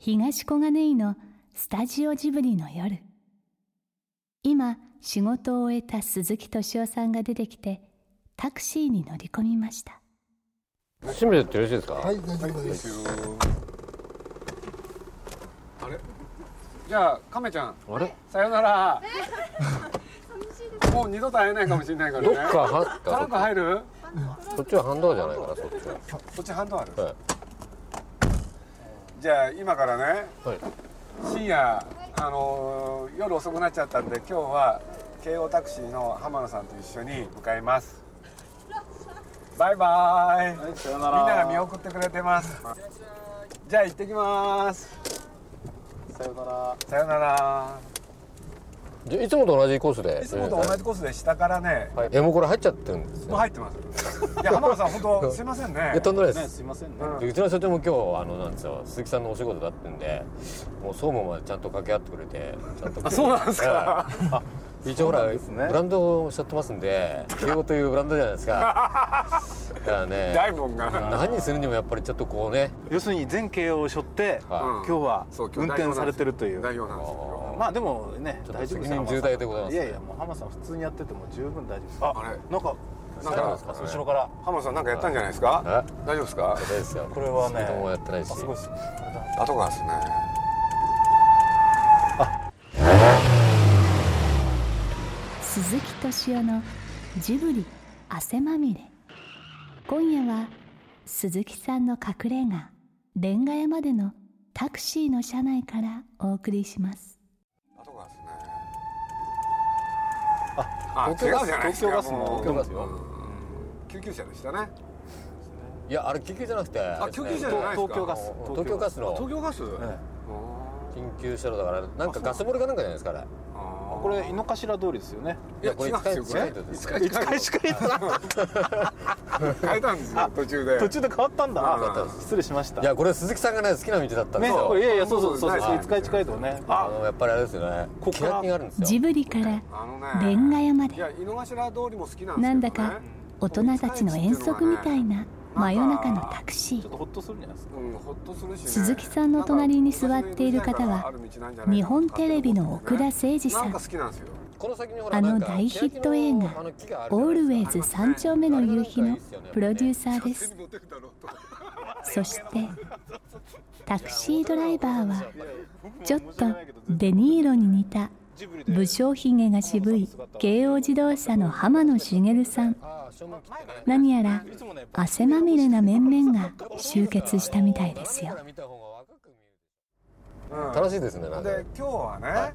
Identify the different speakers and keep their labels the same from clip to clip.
Speaker 1: 東小金井のスタジオジブリの夜今仕事を終えた鈴木敏夫さんが出てきてタクシーに乗り込みました
Speaker 2: 閉めちゃってよろしいですか、
Speaker 3: はい、大丈夫です。
Speaker 4: あれじゃあ亀ちゃん
Speaker 2: あれ
Speaker 4: さよならもう二度と会えないかもしれないから
Speaker 2: どっ
Speaker 4: ね
Speaker 2: かは
Speaker 4: トランク入る
Speaker 2: そっちは反動じゃないからそっちは
Speaker 4: そっちハンドある
Speaker 2: は
Speaker 4: じゃあ今からね
Speaker 2: い、はい、
Speaker 4: 深夜あのー夜遅くなっちゃったんで今日は京王タクシーの浜野さんと一緒に向かいますバイバーイ、みんなが見送ってくれてますじゃあ行ってきますさよなら
Speaker 2: じゃあいつもと同じコースで
Speaker 4: さよならいつもと同じコースで下からね
Speaker 2: はい、えもうこれ入っちゃってるんです
Speaker 4: もう
Speaker 2: ね
Speaker 4: 入ってます。いや浜野さん本当すいませんね
Speaker 2: いや。とんでもないです、
Speaker 5: すいませんね
Speaker 4: うん
Speaker 2: でうちの社長も今日あのなんですよ鈴木さんのお仕事だってんでもう総務までちゃんと掛け合ってくれてちゃんと
Speaker 4: あそうなんですか
Speaker 2: ええあ一応ほら、
Speaker 5: そうなんですね
Speaker 2: ブランドをおっしゃってますんで慶応というブランドじゃないですかだからね
Speaker 4: 大門が。
Speaker 2: 何にするにもやっぱりちょっとこうね
Speaker 5: 要するに全経営を背負って
Speaker 2: はい
Speaker 4: うん
Speaker 5: 今日は運転されてるという
Speaker 4: 代表なんですよ。
Speaker 5: まあでもね
Speaker 2: ちょっと
Speaker 5: 大丈夫
Speaker 2: 責任重大でございます
Speaker 5: いやいやもう浜田さん普通にやってても十分大丈夫ですあ
Speaker 4: あれ
Speaker 5: なんか
Speaker 4: なんか
Speaker 5: なんですかその後ろから
Speaker 4: 浜野さんなんかやったんじゃないですか。
Speaker 2: あ
Speaker 4: 大丈夫ですか。
Speaker 2: そうですよ
Speaker 5: これはね
Speaker 2: スピードもやってないし
Speaker 5: あすごいですねこれだ
Speaker 4: 後からですね。
Speaker 1: 鈴木敏夫のジブリ汗まみれ今夜は鈴木さんの隠れ家レンガ屋までのタクシーの車内からお送りします
Speaker 4: 後からですね。あ、違うじゃないですか。
Speaker 5: 東京ガスの
Speaker 4: もう
Speaker 5: 東京ガスよ
Speaker 4: うん救急車でしたね。
Speaker 2: いやあれ救急じゃなくてあ
Speaker 4: 救急車じゃないですか
Speaker 5: 東京ガス
Speaker 2: 東京ガスの
Speaker 4: 東京ガス。
Speaker 5: ええ
Speaker 2: 緊急車両だからなんかガス漏れかなんかじゃないですかあれ
Speaker 5: これ井の頭通りですよね
Speaker 2: いやこれ
Speaker 4: 違うんです
Speaker 2: 使
Speaker 4: よ
Speaker 2: い使いです
Speaker 4: これ
Speaker 5: 一回しか行ったな
Speaker 4: 変えたんですよ途中で。
Speaker 5: 途中で変わったんだ
Speaker 4: 変わったん
Speaker 5: な
Speaker 4: で
Speaker 5: 失礼しました
Speaker 2: いやこれ鈴木さんがね好きな道だったんです
Speaker 5: ね
Speaker 2: よ、
Speaker 5: これいやいやそうそうそう
Speaker 4: そ
Speaker 5: そうう
Speaker 4: です
Speaker 5: 五日近いとね
Speaker 2: あのやっぱりあれですよね
Speaker 5: ここ
Speaker 2: 気
Speaker 5: から
Speaker 2: があるんです
Speaker 1: ジ
Speaker 2: よ
Speaker 1: ブリから
Speaker 4: あのね。
Speaker 1: レンガ屋まで
Speaker 4: いや井の頭通りも好きなんですけどね。
Speaker 1: なんだか大人たちの遠足みたいな真夜中のタクシ
Speaker 5: ちょ
Speaker 1: ー
Speaker 5: っとホッとするんじゃないですか
Speaker 4: うんほっとするしね
Speaker 1: 鈴木さんの隣に座っている方は日本テレビの奥田誠二さ
Speaker 4: なん
Speaker 1: ん
Speaker 4: か好きなんですよ
Speaker 2: この先にほ
Speaker 1: あの
Speaker 2: なんか
Speaker 1: 大ヒット映画
Speaker 2: 欅のあの木がある
Speaker 1: オ
Speaker 2: じゃ
Speaker 1: ー
Speaker 2: な
Speaker 1: ルウ
Speaker 2: いですか
Speaker 1: ェイズ三丁目の夕日のプロデューサーです
Speaker 4: モテるだろうと
Speaker 1: そしてタクシードライバーはちょっとデニーロに似た武将ひげが渋い京王自動車の浜野茂さん
Speaker 2: ああ正面切ってね
Speaker 1: 何やら汗まみれな面々が集結したみたいです
Speaker 2: 斜めか
Speaker 1: よ
Speaker 2: ら見た方が若く見え
Speaker 4: うん
Speaker 2: る楽しいですねなんか
Speaker 4: で
Speaker 2: ね
Speaker 4: 今日はね、
Speaker 2: はい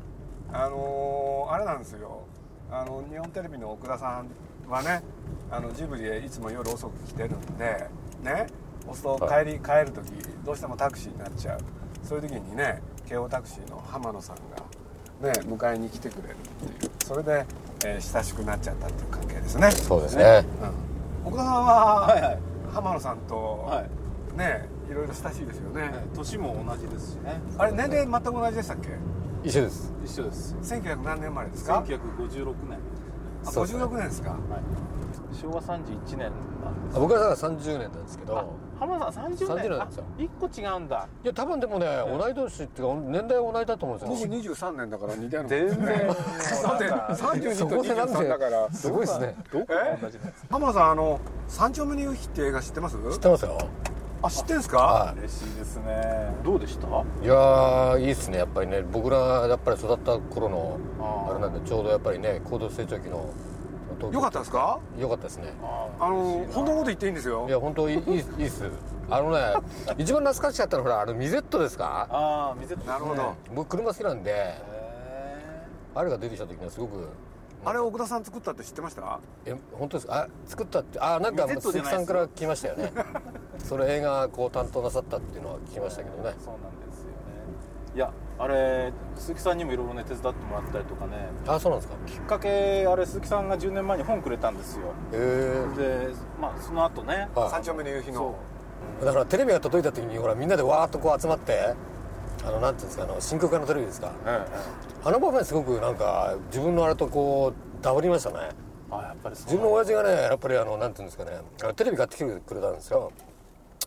Speaker 4: あのーあれなんですよあの日本テレビの奥田さんはねあのジブリへいつも夜遅く来てるんでねおすと
Speaker 2: は
Speaker 4: 帰り、帰る時どうしてもタクシーになっちゃうそういう時にね京王タクシーの浜野さんが、ね、迎えに来てくれるっていうそれで、えー親しくなっちゃったっていう関係ですね、
Speaker 2: そうですね
Speaker 4: うん、奥田さんは、
Speaker 5: はいはい
Speaker 4: 浜野さんと、
Speaker 5: はい
Speaker 4: ねいろいろ親しいですよね、
Speaker 5: 年も同じですしね
Speaker 4: あれ年齢全く同じでしたっけ
Speaker 2: 一緒です
Speaker 5: 一緒です
Speaker 4: 1900何年生まれですか
Speaker 5: 1956年
Speaker 4: あ
Speaker 2: そうですね
Speaker 4: 56年ですか
Speaker 5: 昭和31年なんです
Speaker 2: あ僕はさ30年なんですけ
Speaker 5: あ
Speaker 2: ど
Speaker 5: 浜田さん30
Speaker 2: 30年
Speaker 5: 年
Speaker 2: なんですよ
Speaker 5: あ一個違うんだ
Speaker 2: いや多分でもね同い年っていうか年代は同じだと思うんです
Speaker 4: 僕
Speaker 2: よ
Speaker 4: 23年だから似てるの
Speaker 5: 全然もう
Speaker 4: だって
Speaker 5: なんか
Speaker 4: 32
Speaker 2: そ
Speaker 4: と
Speaker 2: こでなん
Speaker 4: 23だから
Speaker 2: すごいですね
Speaker 5: どこ
Speaker 4: え
Speaker 5: が同じなんですか
Speaker 4: 浜田さんあの「三丁目の夕日」って映画知ってます
Speaker 2: 知ってますよ
Speaker 4: あ知ってんすか
Speaker 2: は
Speaker 5: 嬉しいですねどうでした
Speaker 2: いいやーいいですねやっぱりね僕らやっぱり育った頃の
Speaker 5: あー
Speaker 2: あれなんでちょうどやっぱりね高度成長期の東京
Speaker 4: よかったですか
Speaker 2: よかったですね
Speaker 4: あの本当のこと言っていいんですよ
Speaker 2: いや本当いいいいいいっすあ のね一番懐かしかったのはほらあのミゼットですか
Speaker 5: ああ見せて
Speaker 4: なるほど
Speaker 2: 僕車好きなんで
Speaker 5: へ
Speaker 2: あれが出てきた時にはすごく
Speaker 4: あれ奥田さん作ったって知ってました
Speaker 2: え本当ですかあ作ったってあなんか
Speaker 5: ミゼットじ
Speaker 2: 鈴
Speaker 5: ゃ
Speaker 2: 木
Speaker 5: な
Speaker 2: さ
Speaker 5: いで
Speaker 2: ん
Speaker 5: す
Speaker 2: から聞きましたよ ねそれ映画こう担当なさったっていうのは聞きましたけどね
Speaker 5: そうなんですよねいやあれ鈴木さんにもいろいろね手伝ってもらったりとかね
Speaker 2: あそうなんですか
Speaker 5: きっかけあれ鈴木さんが10年前に本くれたんですよ
Speaker 2: へえ
Speaker 5: でまあその後ね
Speaker 2: はい
Speaker 4: 三丁目の夕日の
Speaker 2: だからテレビが届いた時にほらみんなでわーっとこう集まってあのなんていうんですかあの真空管のテレビですか
Speaker 5: ええ
Speaker 2: あの場面すごくなんか自分のあれとこうダブりましたね
Speaker 5: あやっぱりそう
Speaker 2: 自分の親父がねやっぱりあのなんていうんですかねあのテレビ買ってきてくれたんですよ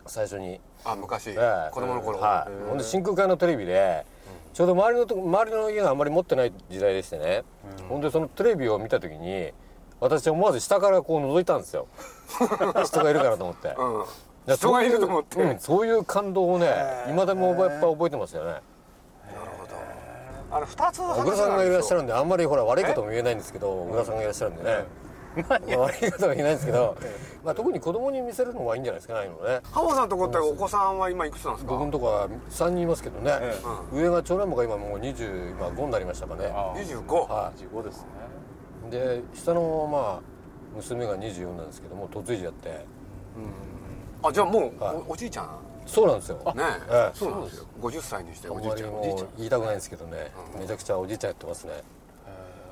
Speaker 2: 最初に
Speaker 4: あ昔、
Speaker 2: ええ
Speaker 4: 子供の頃、
Speaker 2: はい、ほんで真空管のテレビでちょうど周りのとこ周りの家があんまり持ってない時代でしてね、ほんでそのテレビを見た時に私思わず下からこう覗いたん ですよ人がいるからと思って、
Speaker 4: う
Speaker 2: だ
Speaker 4: ん
Speaker 2: から
Speaker 4: 人がいると思っ
Speaker 2: そういうう
Speaker 4: て
Speaker 2: ん、そういう感動をね
Speaker 4: へえ
Speaker 2: いまだもやっぱ覚えてますよね
Speaker 4: あの二つ
Speaker 2: 小倉さんがいらっしゃ
Speaker 4: る
Speaker 2: るんであんまりほら悪いことも言えないんですけど小倉さんがいらっしゃるんでね、まあ悪いことは言えないんですけど、まあ、特に子供に見せるのがいいんじゃないですかねああいうのね
Speaker 4: ハモさんとこってお子さんは今いくつなんですか
Speaker 2: 僕のとこは3人いますけどね、
Speaker 5: え
Speaker 2: 上が長男坊が今もう25になりましたかね
Speaker 5: あ
Speaker 4: 二十
Speaker 2: は
Speaker 5: 25ですね
Speaker 2: いで下のまあ娘が24なんですけども嫁いじゃって
Speaker 4: あじゃあもう、
Speaker 2: はい
Speaker 4: おおじいちゃん
Speaker 2: そうなんですよ
Speaker 4: ねえ、
Speaker 2: ええ
Speaker 4: そうなんですよ50歳にして
Speaker 2: あ
Speaker 4: お
Speaker 2: ん
Speaker 4: じい
Speaker 2: ま
Speaker 4: ち
Speaker 2: り
Speaker 4: ゃん
Speaker 2: もう言いたくないんですけどね、めちゃくちゃおじいちゃんやってますね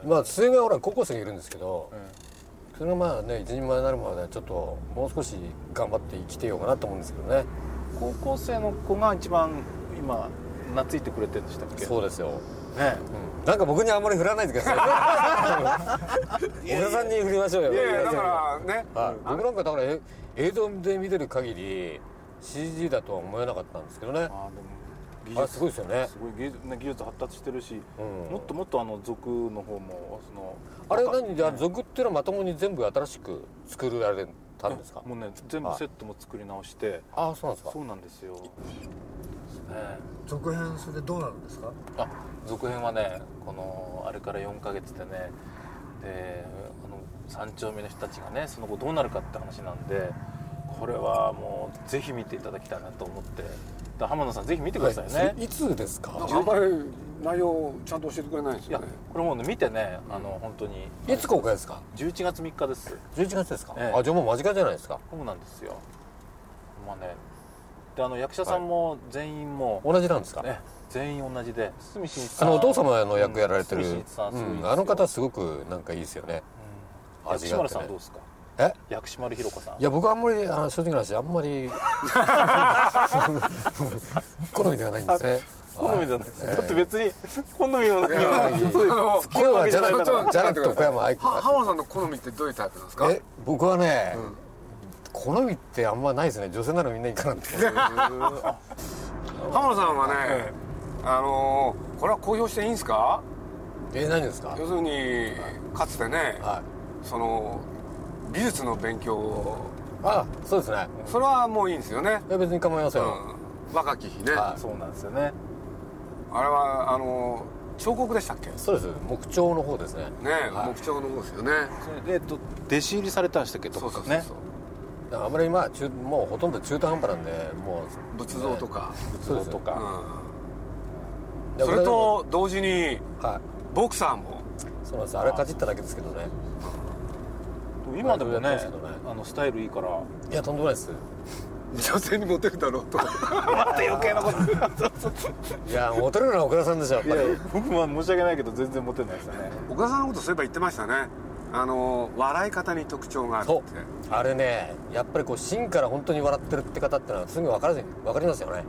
Speaker 2: まあ末がほら高校生がいるんですけど、それがまあね一人前になるまではちょっともう少し頑張って生きてようかなと思うんですけどね
Speaker 5: 高校生の子が一番今懐いてくれてるんでしたっけ
Speaker 2: そうですよ、
Speaker 5: うね
Speaker 2: うんなんか僕にあんまり振らないでくださ い小田さんに振りましょうよ
Speaker 4: いやいやだからね
Speaker 2: はい、僕なんかだからえ映像で見てる限り CG だとは思えなかったんですけどね
Speaker 5: あでも
Speaker 2: あれすごいですよね
Speaker 5: すごい技術,、ね、技術発達してるし、
Speaker 2: うん
Speaker 5: もっともっとあの族の方もその
Speaker 2: あれ
Speaker 5: また
Speaker 2: 何じゃあ俗っていうのはまともに全部新しく作られたんですか
Speaker 5: もうね全部セットも作り直して
Speaker 2: ああそうなんですか
Speaker 5: そうなんですよ、ね、
Speaker 3: 続編それでどうなるんですか
Speaker 5: あ続編はねこのあれから4ヶ月でねであの三丁目の人たちがねその後どうなるかって話なんでこれはもうぜひ見ていただきたいなと思ってだから浜野さんぜひ見てくださいね、
Speaker 2: はい
Speaker 5: い
Speaker 2: いつですか
Speaker 4: なんかあんまり内容をちゃんと教えてくれないんですよ
Speaker 5: や
Speaker 4: ね
Speaker 5: これもうね見てねあの本当に
Speaker 2: いつ公開ですか
Speaker 5: 11月3日です
Speaker 2: 11月ですか、
Speaker 5: ええ
Speaker 2: あじゃあもう間近じゃないですか
Speaker 5: そうなんですよまあねであの役者さんも全員もう、
Speaker 2: 同じなんですか、
Speaker 5: ね全員同じで堤真一さ
Speaker 2: あ
Speaker 5: ん
Speaker 2: のお父様の役やられてる、
Speaker 5: うん堤真一さんすごいですよ
Speaker 2: うんあの方すごくなんかいいですよね
Speaker 5: うん薬
Speaker 2: 味
Speaker 5: 師
Speaker 2: があっ
Speaker 5: 丸
Speaker 2: て
Speaker 5: さ
Speaker 2: ね
Speaker 5: んどうですか
Speaker 2: え
Speaker 5: 薬師丸ひろ子さん
Speaker 2: いや僕あんまりあの正直な話あんま り好みではないんですね
Speaker 5: 好みじゃないですだって別に好みの
Speaker 4: いやいや
Speaker 5: そうです
Speaker 2: これはじゃな
Speaker 4: ちょっ
Speaker 2: く
Speaker 4: と
Speaker 2: てじゃなくて
Speaker 4: 待ってください
Speaker 2: 岡山愛子
Speaker 4: はハモさんの好みってどういうタイプなんですか
Speaker 2: え僕はね、好みってあんまないですね女性ならみんないいか なって
Speaker 4: 浜野さんはね、あのーこれは公表していいんですか
Speaker 2: え何ですか
Speaker 4: 要するにかつてね
Speaker 2: はい
Speaker 4: その美術の勉強を
Speaker 2: あそうですね
Speaker 4: それはもういいんですよね、
Speaker 2: いや別に構いませ、
Speaker 4: うんん、若き日ね、
Speaker 2: は
Speaker 5: そうなんですよね
Speaker 4: あれはあのー彫刻でしたっけね
Speaker 2: そうです木彫の方ですねはい
Speaker 4: 木彫の方ですよね
Speaker 5: で、えっと、弟子入りされたんでしたっけど
Speaker 4: そう
Speaker 5: っ
Speaker 4: そ
Speaker 5: か
Speaker 4: うそう
Speaker 5: ね
Speaker 4: そう
Speaker 2: あまりまあ中もうほとんど中途半端なんでもう
Speaker 4: 仏像とか、
Speaker 2: そうです
Speaker 5: と
Speaker 4: う
Speaker 5: か
Speaker 4: ん、それと同時に
Speaker 2: はい
Speaker 4: ボクサーも
Speaker 2: そうなんですあれかじっただけですけどね
Speaker 5: 今でも
Speaker 2: まあ
Speaker 5: ね
Speaker 2: いろいろやってますけどね
Speaker 5: あのスタイルいいから
Speaker 2: いやとんでもないです
Speaker 4: 女性にモテるだろうと
Speaker 5: 余計なこと
Speaker 2: いやモテるのは小倉さんでしょやっぱり
Speaker 5: 僕は申し訳ないけど全然モテないですよね
Speaker 4: 岡田さんのことそういえば言ってましたねあのー笑い方に特徴がある
Speaker 2: そ
Speaker 4: っ
Speaker 2: う
Speaker 4: て
Speaker 2: あれねやっぱりこう芯から本当に笑ってるって方ってのはすぐ分からずに分かりますよね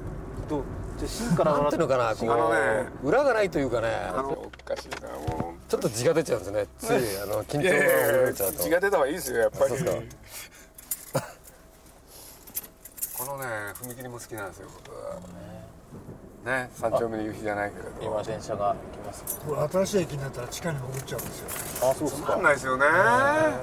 Speaker 5: とじゃあ芯から
Speaker 2: なんていうの
Speaker 5: 笑
Speaker 2: かなこう
Speaker 4: あのね
Speaker 2: 裏がないというかね
Speaker 4: あのおかしいなも
Speaker 2: ちょっと血が出ちゃうんですねついあの緊張
Speaker 4: ういやい
Speaker 2: が
Speaker 4: やい
Speaker 2: 覚
Speaker 4: や
Speaker 2: えちゃうと
Speaker 4: 血が出た方がいいですよやっぱり
Speaker 2: そうですか
Speaker 4: このね踏切も好きなんですよ僕はね三丁目の夕日じゃないけれど
Speaker 5: 今電車が来ます
Speaker 3: これ新しい駅になったら地下に潜っちゃうんですよ
Speaker 5: あそうです
Speaker 4: わかん
Speaker 5: か
Speaker 4: ないですよね
Speaker 3: あ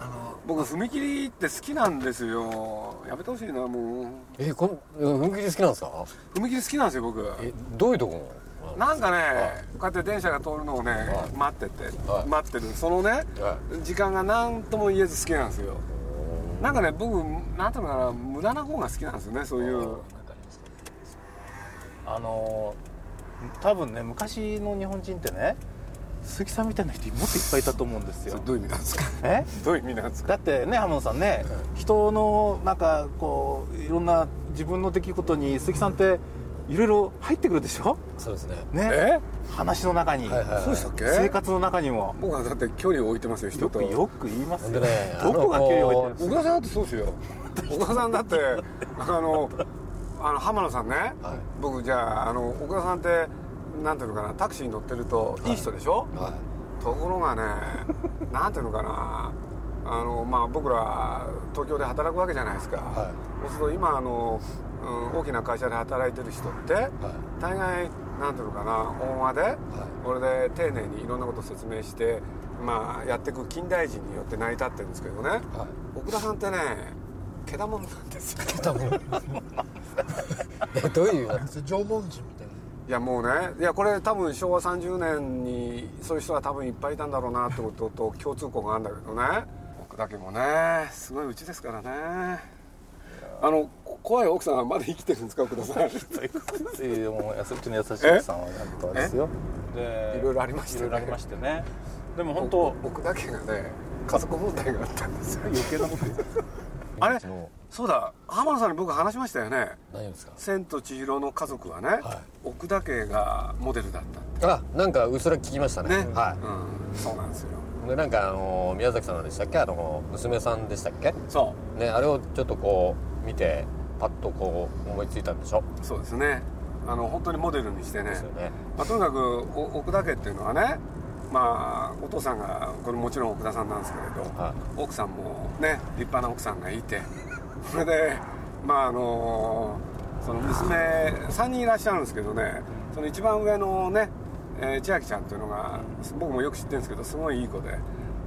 Speaker 3: の
Speaker 4: 僕踏切って好きなんですよやめてほしいなもう
Speaker 2: えこん踏切好きなんですか
Speaker 4: 踏切好きなんですよ僕
Speaker 2: えどういうとこなの
Speaker 4: なんかねこうやって電車が通るのをね待ってて
Speaker 2: はい
Speaker 4: 待ってるそのね
Speaker 2: は
Speaker 4: 時間が何とも言えず好きなんですよなんかね僕なんていうのかな無駄な方が好きなんですよねそういう
Speaker 5: あのー多分ね昔の日本人ってね鈴木さんみたいな人もっといっぱいいたと思うんです
Speaker 4: そ
Speaker 5: よ
Speaker 4: れどういう意味なんですか
Speaker 5: え
Speaker 4: どういう意味なんですか
Speaker 5: だってね浜野さんね、人のなんかこういろんな自分の出来事に鈴木さんっていろいろ入ってくるでしょ
Speaker 2: そうですね
Speaker 5: ね
Speaker 4: え
Speaker 5: 話の中に、
Speaker 2: はいはいはいそうでした
Speaker 4: っけ
Speaker 5: 生活の中にも
Speaker 4: 僕はだって距離を置いてますよ人
Speaker 5: よ
Speaker 4: と
Speaker 5: くよく言います
Speaker 2: ほ
Speaker 5: よ
Speaker 2: んでね
Speaker 5: どこが距離を置いて
Speaker 4: 小
Speaker 5: るんで
Speaker 4: 川
Speaker 5: す
Speaker 4: さんだってそうですよ小川さん だってあのあの浜野さんね、
Speaker 2: はい
Speaker 4: 僕じゃああの小川さんってなんていうのかなタクシーに乗ってるといい人でしょ、
Speaker 2: は
Speaker 4: ところがねなんていうのかなあの、まあ、僕ら東京で働くわけじゃないですか、そうすると今あの、うん大きな会社で働いてる人って、大概なんていうのかな大間で、これで丁寧にいろんなことを説明して、まあ、やっていく近代人によって成り立ってるんですけどね、奥田さんってねけだもんなんですよ
Speaker 2: どういう
Speaker 3: それ縄文人みたいない
Speaker 4: やもうねいやこれ多分昭和30年にそういう人は多分いっぱいいたんだろうなってことと共通項があるんだけどね僕だけもねすごいうちですからねあのこ怖い奥さんはまだ生きてるんですか奥田 さん
Speaker 5: えもうやすうちの優しい奥さんはなんとかですよで
Speaker 4: いろいろありましたね
Speaker 5: いろいろありましてねでも本当
Speaker 4: 僕だけがね家族問題があったんですよ
Speaker 5: 余計なこと言う
Speaker 4: あれ
Speaker 2: の
Speaker 4: そうだ浜野さんに僕話しましたよね
Speaker 2: 何ですか
Speaker 4: 「千と千尋の家族」はね、奥田家がモデルだったん
Speaker 2: あなんかうっすら聞きましたね
Speaker 4: ね
Speaker 2: は
Speaker 4: うん、そうなんですよ
Speaker 2: いでなんかあの宮崎さんでしたっけあの娘さんでしたっけ
Speaker 4: そ
Speaker 2: ねあれをちょっとこう見てパッとこう思いついたんでしょ
Speaker 4: うそうですねあの本当にモデルにしてね
Speaker 2: ですよね
Speaker 4: まあ、とにかくお奥田家っていうのはね、まあ、お父さんがこれもちろん奥田さんなんですけれど、
Speaker 2: は
Speaker 4: 奥さんもね立派な奥さんがいてそれでまああのその娘3人いらっしゃるんですけどねその一番上のね、えー千秋ちゃんっていうのが僕もよく知ってるんですけどすごいいい子で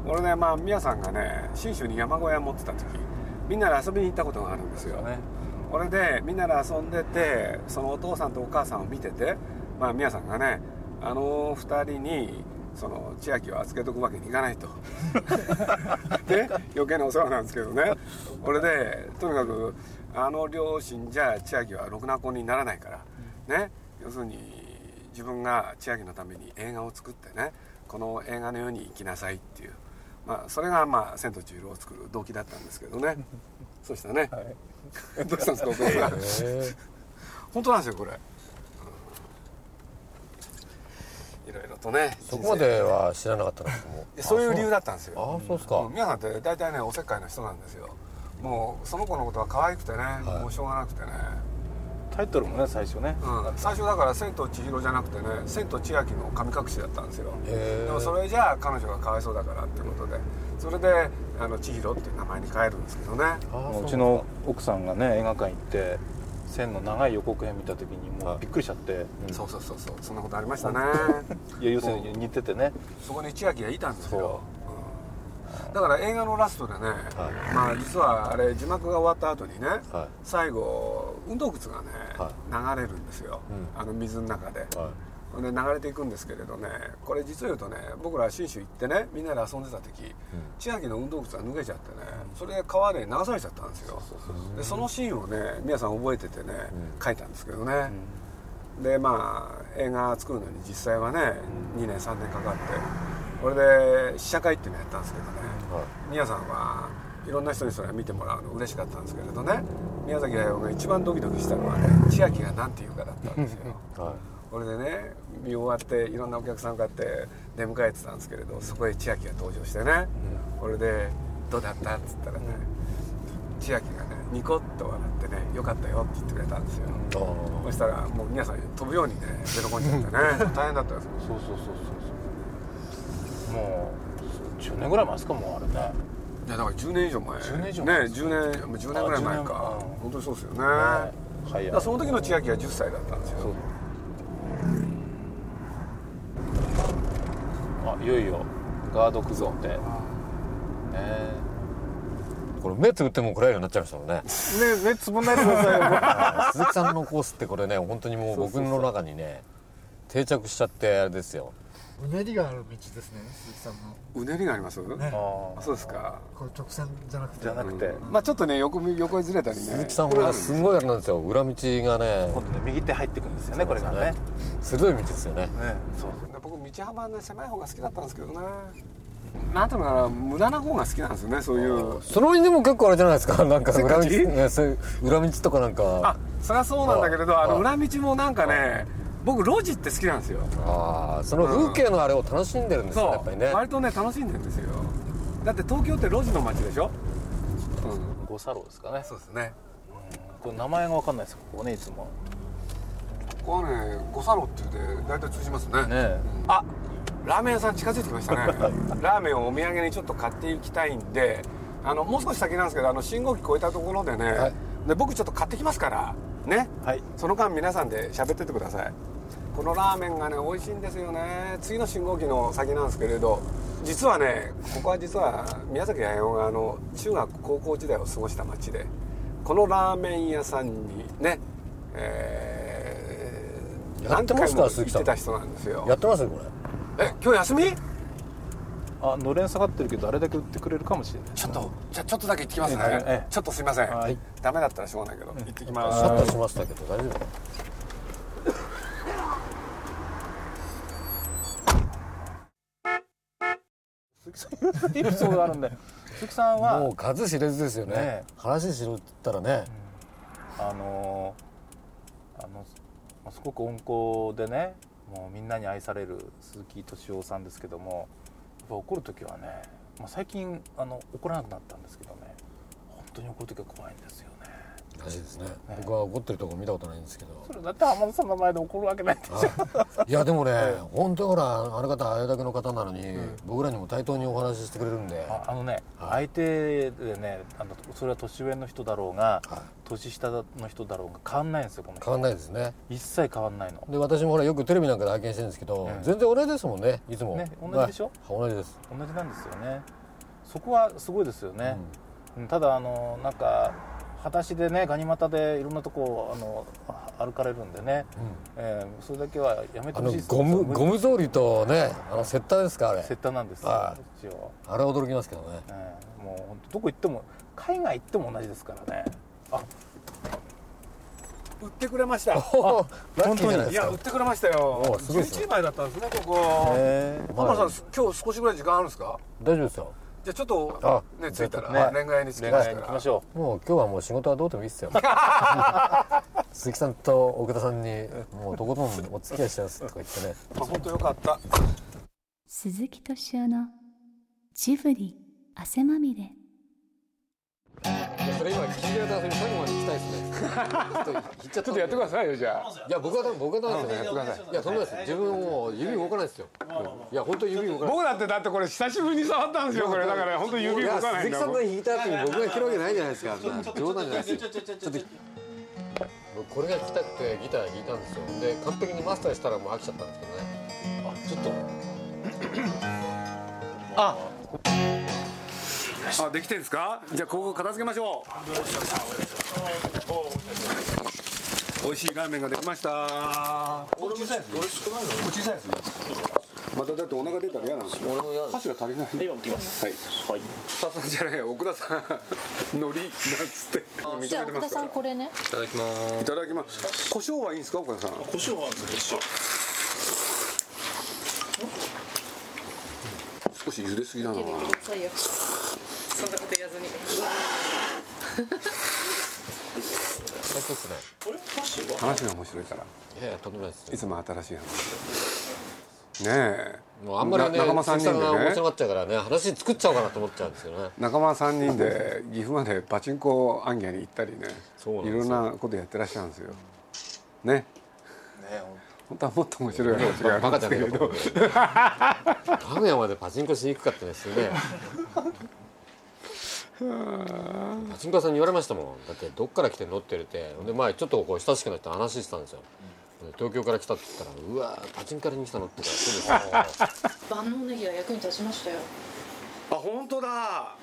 Speaker 4: 俺ねまあ宮さんがね信州に山小屋持ってた時みんなで遊びに行ったことがあるんですよ
Speaker 5: ね
Speaker 4: これでみんなで遊んでてそのお父さんとお母さんを見ててまあ宮さんがねあの2人にその千秋を預けとくわけにいかないとで余計なお世話なんですけどねこれでとにかくあの両親じゃ千秋はろくな子にならないからね要するに自分が千秋のために映画を作ってねこの映画のように生きなさいっていう、まあ、それが、まあ「千と千尋」を作る動機だったんですけどねそうしたね、どうしたんですかお父さん本当なんですよこれいろいろとね
Speaker 2: そこまでは知らなかったんですけども
Speaker 4: 人生そういう理由だったんですよ
Speaker 2: あそうです
Speaker 4: うん
Speaker 2: か
Speaker 4: 皆さんって大体ねおせっかいな人なんですよもうその子のことは可愛くてね、もうしょうがなくてね、
Speaker 5: タイトルもね最初ね
Speaker 4: うん、最初だから「千と千尋」じゃなくてね「千と千秋」の神隠しだったんですよ
Speaker 2: へー
Speaker 4: でもそれじゃあ彼女がかわいそうだからってことでそれであの千尋っていう名前に変えるんですけどね
Speaker 2: あ
Speaker 5: うちの奥さんがね映画館行って線の長い予告編見た時にもうびっくりしちゃって
Speaker 4: そうそうそうそうそんなことありましたね
Speaker 5: いや要するに似ててね
Speaker 4: そこに千秋がいたんですよ、うんだから映画のラストでね、まあ、実はあれ字幕が終わった後にね、
Speaker 2: はい
Speaker 4: 最後運動靴がね、流れるんですよ、
Speaker 2: う
Speaker 4: あの水の中で、
Speaker 2: は
Speaker 4: ほんで流れていくんですけれどねこれ実を言うとね僕ら信州行ってねみんなで遊んでた時、千秋の運動靴が脱げちゃってねそれで川で流されちゃったんですよでそのシーンをね皆さん覚えててね、書いたんですけどね、でまあ映画作るのに実際はね2年3年かかってこれで試写会っていうのやったんですけどね、宮さんはいろんな人にそれ見てもらうの嬉しかったんですけれどね宮崎駿が一番ドキドキしたのはね千秋が何て言うかだったんですよ
Speaker 2: は
Speaker 4: これでね見終わっていろんなお客さんがって出迎えてたんですけれどそこへ千秋が登場してね、これで「どうだった?」っつったらね、千秋がねニコッと笑ってね「よかったよ」って言ってくれたんですよ、
Speaker 2: あー
Speaker 4: そしたらもう皆さん飛ぶようにねベロコンになってね 大変だったんですよ
Speaker 5: そうそうそうそうそうもう10年ぐらい前ですかもうあれね
Speaker 4: いやだから10年以上前
Speaker 5: 10年以上
Speaker 4: ね
Speaker 5: 前
Speaker 4: 10年まあ10年ぐらい前か
Speaker 5: あ10年
Speaker 4: 本当にそうですよね
Speaker 5: は
Speaker 4: だ
Speaker 5: い
Speaker 4: からその時の千秋は10歳だったんですよ
Speaker 5: そうあいよいよガードクゾンでねえ
Speaker 2: これ目つぶってもこれようになっちゃいましたもんね
Speaker 4: ね目つぶんないでくださいよ
Speaker 2: 鈴木さんのコースってこれね本当にもう僕の中にね定着しちゃってあれですよ
Speaker 3: うねりがある道ですね鈴木さんの
Speaker 4: うねりがあります
Speaker 3: ね
Speaker 5: あ
Speaker 4: あ
Speaker 5: あ
Speaker 4: そうですか
Speaker 3: これ直線じゃなくて
Speaker 5: じゃなくて、
Speaker 4: まあちょっとね横み横へずれたりね
Speaker 2: 鈴木さん
Speaker 4: これあ
Speaker 2: は
Speaker 4: る
Speaker 2: すごいあれなんですよ裏道がね
Speaker 5: 今度ね右手入ってくるんですよねこれがねね
Speaker 2: 鋭い道ですよね
Speaker 5: そう
Speaker 4: 僕道幅ね狭い方が好きだったんですけどねなんていうのかな無駄な方が好きなんですよねそういう
Speaker 2: そのにでも結構あれじゃないですか なんか
Speaker 4: せっ
Speaker 2: 裏
Speaker 4: か
Speaker 2: 道
Speaker 4: ち
Speaker 2: ねそういう裏道とかなん
Speaker 4: あ
Speaker 2: か
Speaker 4: そりゃそうなんだけれど
Speaker 2: あ
Speaker 4: あの裏道もなんかね僕路地って好きなんですよ
Speaker 2: ああその風景のあれを楽しんでるんですねやっ
Speaker 4: そ
Speaker 2: ぱり
Speaker 4: う、
Speaker 2: ね
Speaker 4: 割とね楽しんでるんですよだって東京って路地の街でしょ、うん、
Speaker 5: 五サロですかね
Speaker 4: そうですね
Speaker 5: これ名前が分かんないですここねいつも
Speaker 4: ここはね五サロっていうで大体通じますね
Speaker 5: ねえ
Speaker 4: あラーメン屋さん近づいてき ましたねラーメンをお土産にちょっと買っていきたいんであのもう少し先なんですけどあの信号機越えたところでね、
Speaker 2: はい
Speaker 4: で僕ちょっと買ってきますからね、
Speaker 5: はい
Speaker 4: その間皆さんで喋ってってくださいこのラーメンがね美味しいんですよね次の信号機の先なんですけれど実はねここは実は宮崎弥生があの中学高校時代を過ごした町でこのラーメン屋さんにねえー、
Speaker 2: やっ
Speaker 4: 何
Speaker 2: て
Speaker 4: 回
Speaker 2: ますか
Speaker 4: も行
Speaker 2: 鈴
Speaker 4: っ
Speaker 2: 木さん
Speaker 4: てた人なんですよ
Speaker 2: やってますこれ
Speaker 4: え今日休み
Speaker 5: あのれん下がってるけどあれだけ売ってくれるかもしれない
Speaker 4: ちょっとじゃあちょっとだけ行ってきますね、
Speaker 5: えええ
Speaker 4: ちょっとすいません、
Speaker 5: はい
Speaker 4: ダメだったらしょうがないけど、行ってき
Speaker 2: シ
Speaker 4: ま
Speaker 2: ャッター
Speaker 4: す
Speaker 2: しましたけど大丈夫
Speaker 5: 鈴木さんエピソードがあるんで鈴木さん
Speaker 2: も
Speaker 5: は
Speaker 2: う数知れずですよね
Speaker 5: ね
Speaker 2: 話しろって言ったらね、
Speaker 5: あのーあのすごく温厚でねもうみんなに愛される鈴木敏夫さんですけどもやっぱ怒る時はね、まあ、最近あの怒らなくなったんですけどね本当に怒る時は怖いんですよね
Speaker 2: らしいですね僕は怒ってるとこ見たことないんですけど
Speaker 5: それだって浜田さんの前で怒るわけないでしょ
Speaker 2: いやでもね、本当にほらあの方あれだけの方なのに、僕らにも対等にお話ししてくれるんで、
Speaker 5: ああのね、相手でねあのそれは年上の人だろうが、年下の人だろうが変わんないんですよこの人
Speaker 2: 変わんないですね
Speaker 5: 一切変わんないの
Speaker 2: で私もほらよくテレビなんかで拝見してるんですけど、
Speaker 5: うん
Speaker 2: 全然同じですもんねいつも、
Speaker 5: ね同じでしょ
Speaker 2: はい同じです
Speaker 5: 同じなんですよねそこはすごいですよね、うんただあのなんか裸足でねガニ股でいろんなとこをあのあ歩かれるんでね、えーそれだけはやめて
Speaker 2: あ
Speaker 5: ほ
Speaker 2: の
Speaker 5: しいです
Speaker 2: ゴムゴム草履とねあのセッターですかあれ
Speaker 5: セッターなんですよ
Speaker 2: は
Speaker 5: 一応、
Speaker 2: あれは驚きますけどね
Speaker 5: えーもう本当どこ行っても海外行っても同じですからねあ
Speaker 4: 売ってくれました
Speaker 2: おおラッキーじゃない
Speaker 4: い
Speaker 2: です
Speaker 4: や
Speaker 2: か
Speaker 4: 売ってくれましたよ
Speaker 2: おすごいですね
Speaker 4: 11枚だったんですねここ
Speaker 5: え
Speaker 4: 浜田さん今日少しぐらい時間あるんですか
Speaker 2: 大丈夫ですよ
Speaker 4: じゃあちょっと
Speaker 2: あ
Speaker 4: ね着いた
Speaker 5: ちょっ
Speaker 4: ら
Speaker 5: とね
Speaker 4: 恋愛に着き
Speaker 5: 恋
Speaker 4: ま
Speaker 5: 愛
Speaker 4: す
Speaker 5: に行き
Speaker 4: か
Speaker 5: ま
Speaker 4: ら
Speaker 5: しょう
Speaker 2: もう今日はもう仕事はどうでもいいっす よ鈴木さんと奥田さんにもうとことんお付き合いしてますとか言ってね
Speaker 4: まあ本当よかった
Speaker 1: 鈴木敏夫のジブリ汗まみれ
Speaker 2: それ今聞いてる方最後まで聞きたいですねちょっと言っちゃった
Speaker 4: くださいよじゃあ
Speaker 2: いや僕は多分僕は多分ですよねいやそんなです自分もう指動かないですよいや本当に指動かない
Speaker 4: 僕だってだってこれ久しぶりに触ったんですよこれだから本当に指動かな
Speaker 2: 鈴
Speaker 4: いん
Speaker 2: 木
Speaker 4: だ
Speaker 2: さん
Speaker 4: もん
Speaker 2: の弾いた後に僕が弾けるわけないじゃないですか冗談じゃないですよちょっと僕これが弾きたくてギター弾いたんですよで完璧にマスターしたらもう飽きちゃったんですけどねあちょっと
Speaker 4: あできてんですかじゃあここ片付けましょう美味しいラーメンができましたこれ小さいですこれ少ないのこれ小さいですねまただってお腹出たら嫌なんですよ俺も嫌箸が足りない今持ってきますはいはいさんじゃない奥田さん海苔なんつって認め
Speaker 6: じゃあ
Speaker 4: て
Speaker 6: 奥
Speaker 4: ま
Speaker 6: 田
Speaker 4: すか
Speaker 6: さ
Speaker 4: ら
Speaker 6: んこれね
Speaker 2: いただきます
Speaker 4: いただきます胡椒はいいんですか奥田さん
Speaker 7: 胡椒はあるんですよ
Speaker 4: 少し茹ですぎなのかな
Speaker 6: そうよそんなこと言わずに
Speaker 2: 最高っすね
Speaker 4: 話が面白いから
Speaker 2: いやいやとんでもないです
Speaker 4: いつも新しい話ねえ
Speaker 2: もうあんまりね
Speaker 4: な仲間3
Speaker 2: 鈴木さんが
Speaker 4: 人で
Speaker 2: 面
Speaker 4: ね
Speaker 2: 白がっちゃうからね話作っちゃおうかなと思っちゃうんですよね
Speaker 4: 仲間3人で岐阜までパチンコ行脚に行ったりね
Speaker 2: そうなん
Speaker 4: い
Speaker 2: で
Speaker 4: ろ
Speaker 2: す
Speaker 4: んなことやってらっしゃるんですよね本当はもっと面白い話があるんですけ
Speaker 2: バ
Speaker 4: れ
Speaker 2: カじ名
Speaker 4: ど
Speaker 2: 古屋までパチンコしに行くかってねすねパチンコ屋さんに言われましたもんだってどっから来てんのって言われてほんで前ちょっとこう親しくなって話してたんですよで東京から来たって言ったら「うわーパチンカレに来たの?」って言ったら「そうですよ
Speaker 6: 万能ネギは役に立ちましたよ
Speaker 4: あ本当だ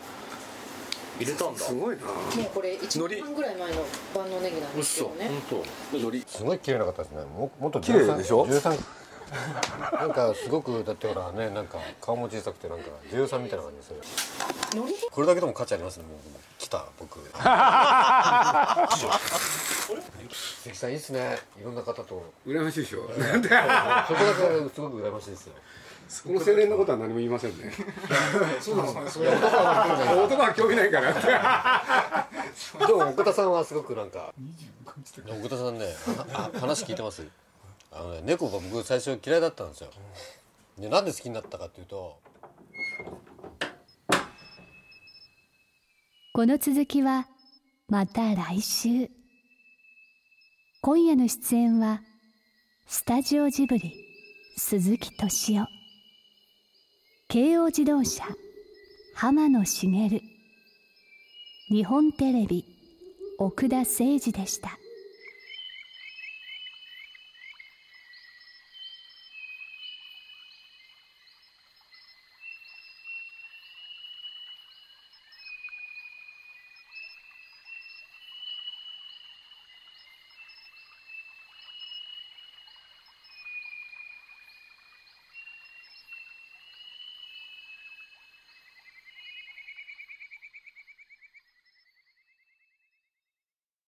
Speaker 7: 入れたんだ
Speaker 4: すごいな
Speaker 6: もうこれ1年半ぐらい前の万能ネギなんですけどね
Speaker 7: 本当海苔
Speaker 2: すごい綺麗な方ですねももっと
Speaker 4: 綺麗でしょ
Speaker 2: 13なんかすごくだってほらねなんか顔も小さくてなんか13みたいな感じですよ
Speaker 6: 海苔
Speaker 2: これだけでも価値ありますねもう来た僕鈴木さんいいっすねいろんな方と
Speaker 4: 羨ましいでしょ
Speaker 2: そ こだけすごく羨ましいですよ。
Speaker 4: この青年のことは何も言いません ねそうなの男は興味ないから
Speaker 2: でも奥田さんはすごくなんか。奥田さんね、ああ話聞いてます。あのね、猫が僕最初嫌いだったんですよ。で、なんで好きになったかっていうと。
Speaker 1: この続きはまた来週今夜の出演はスタジオジブリ鈴木敏夫京王自動車浜野茂日本テレビ奥田誠二でした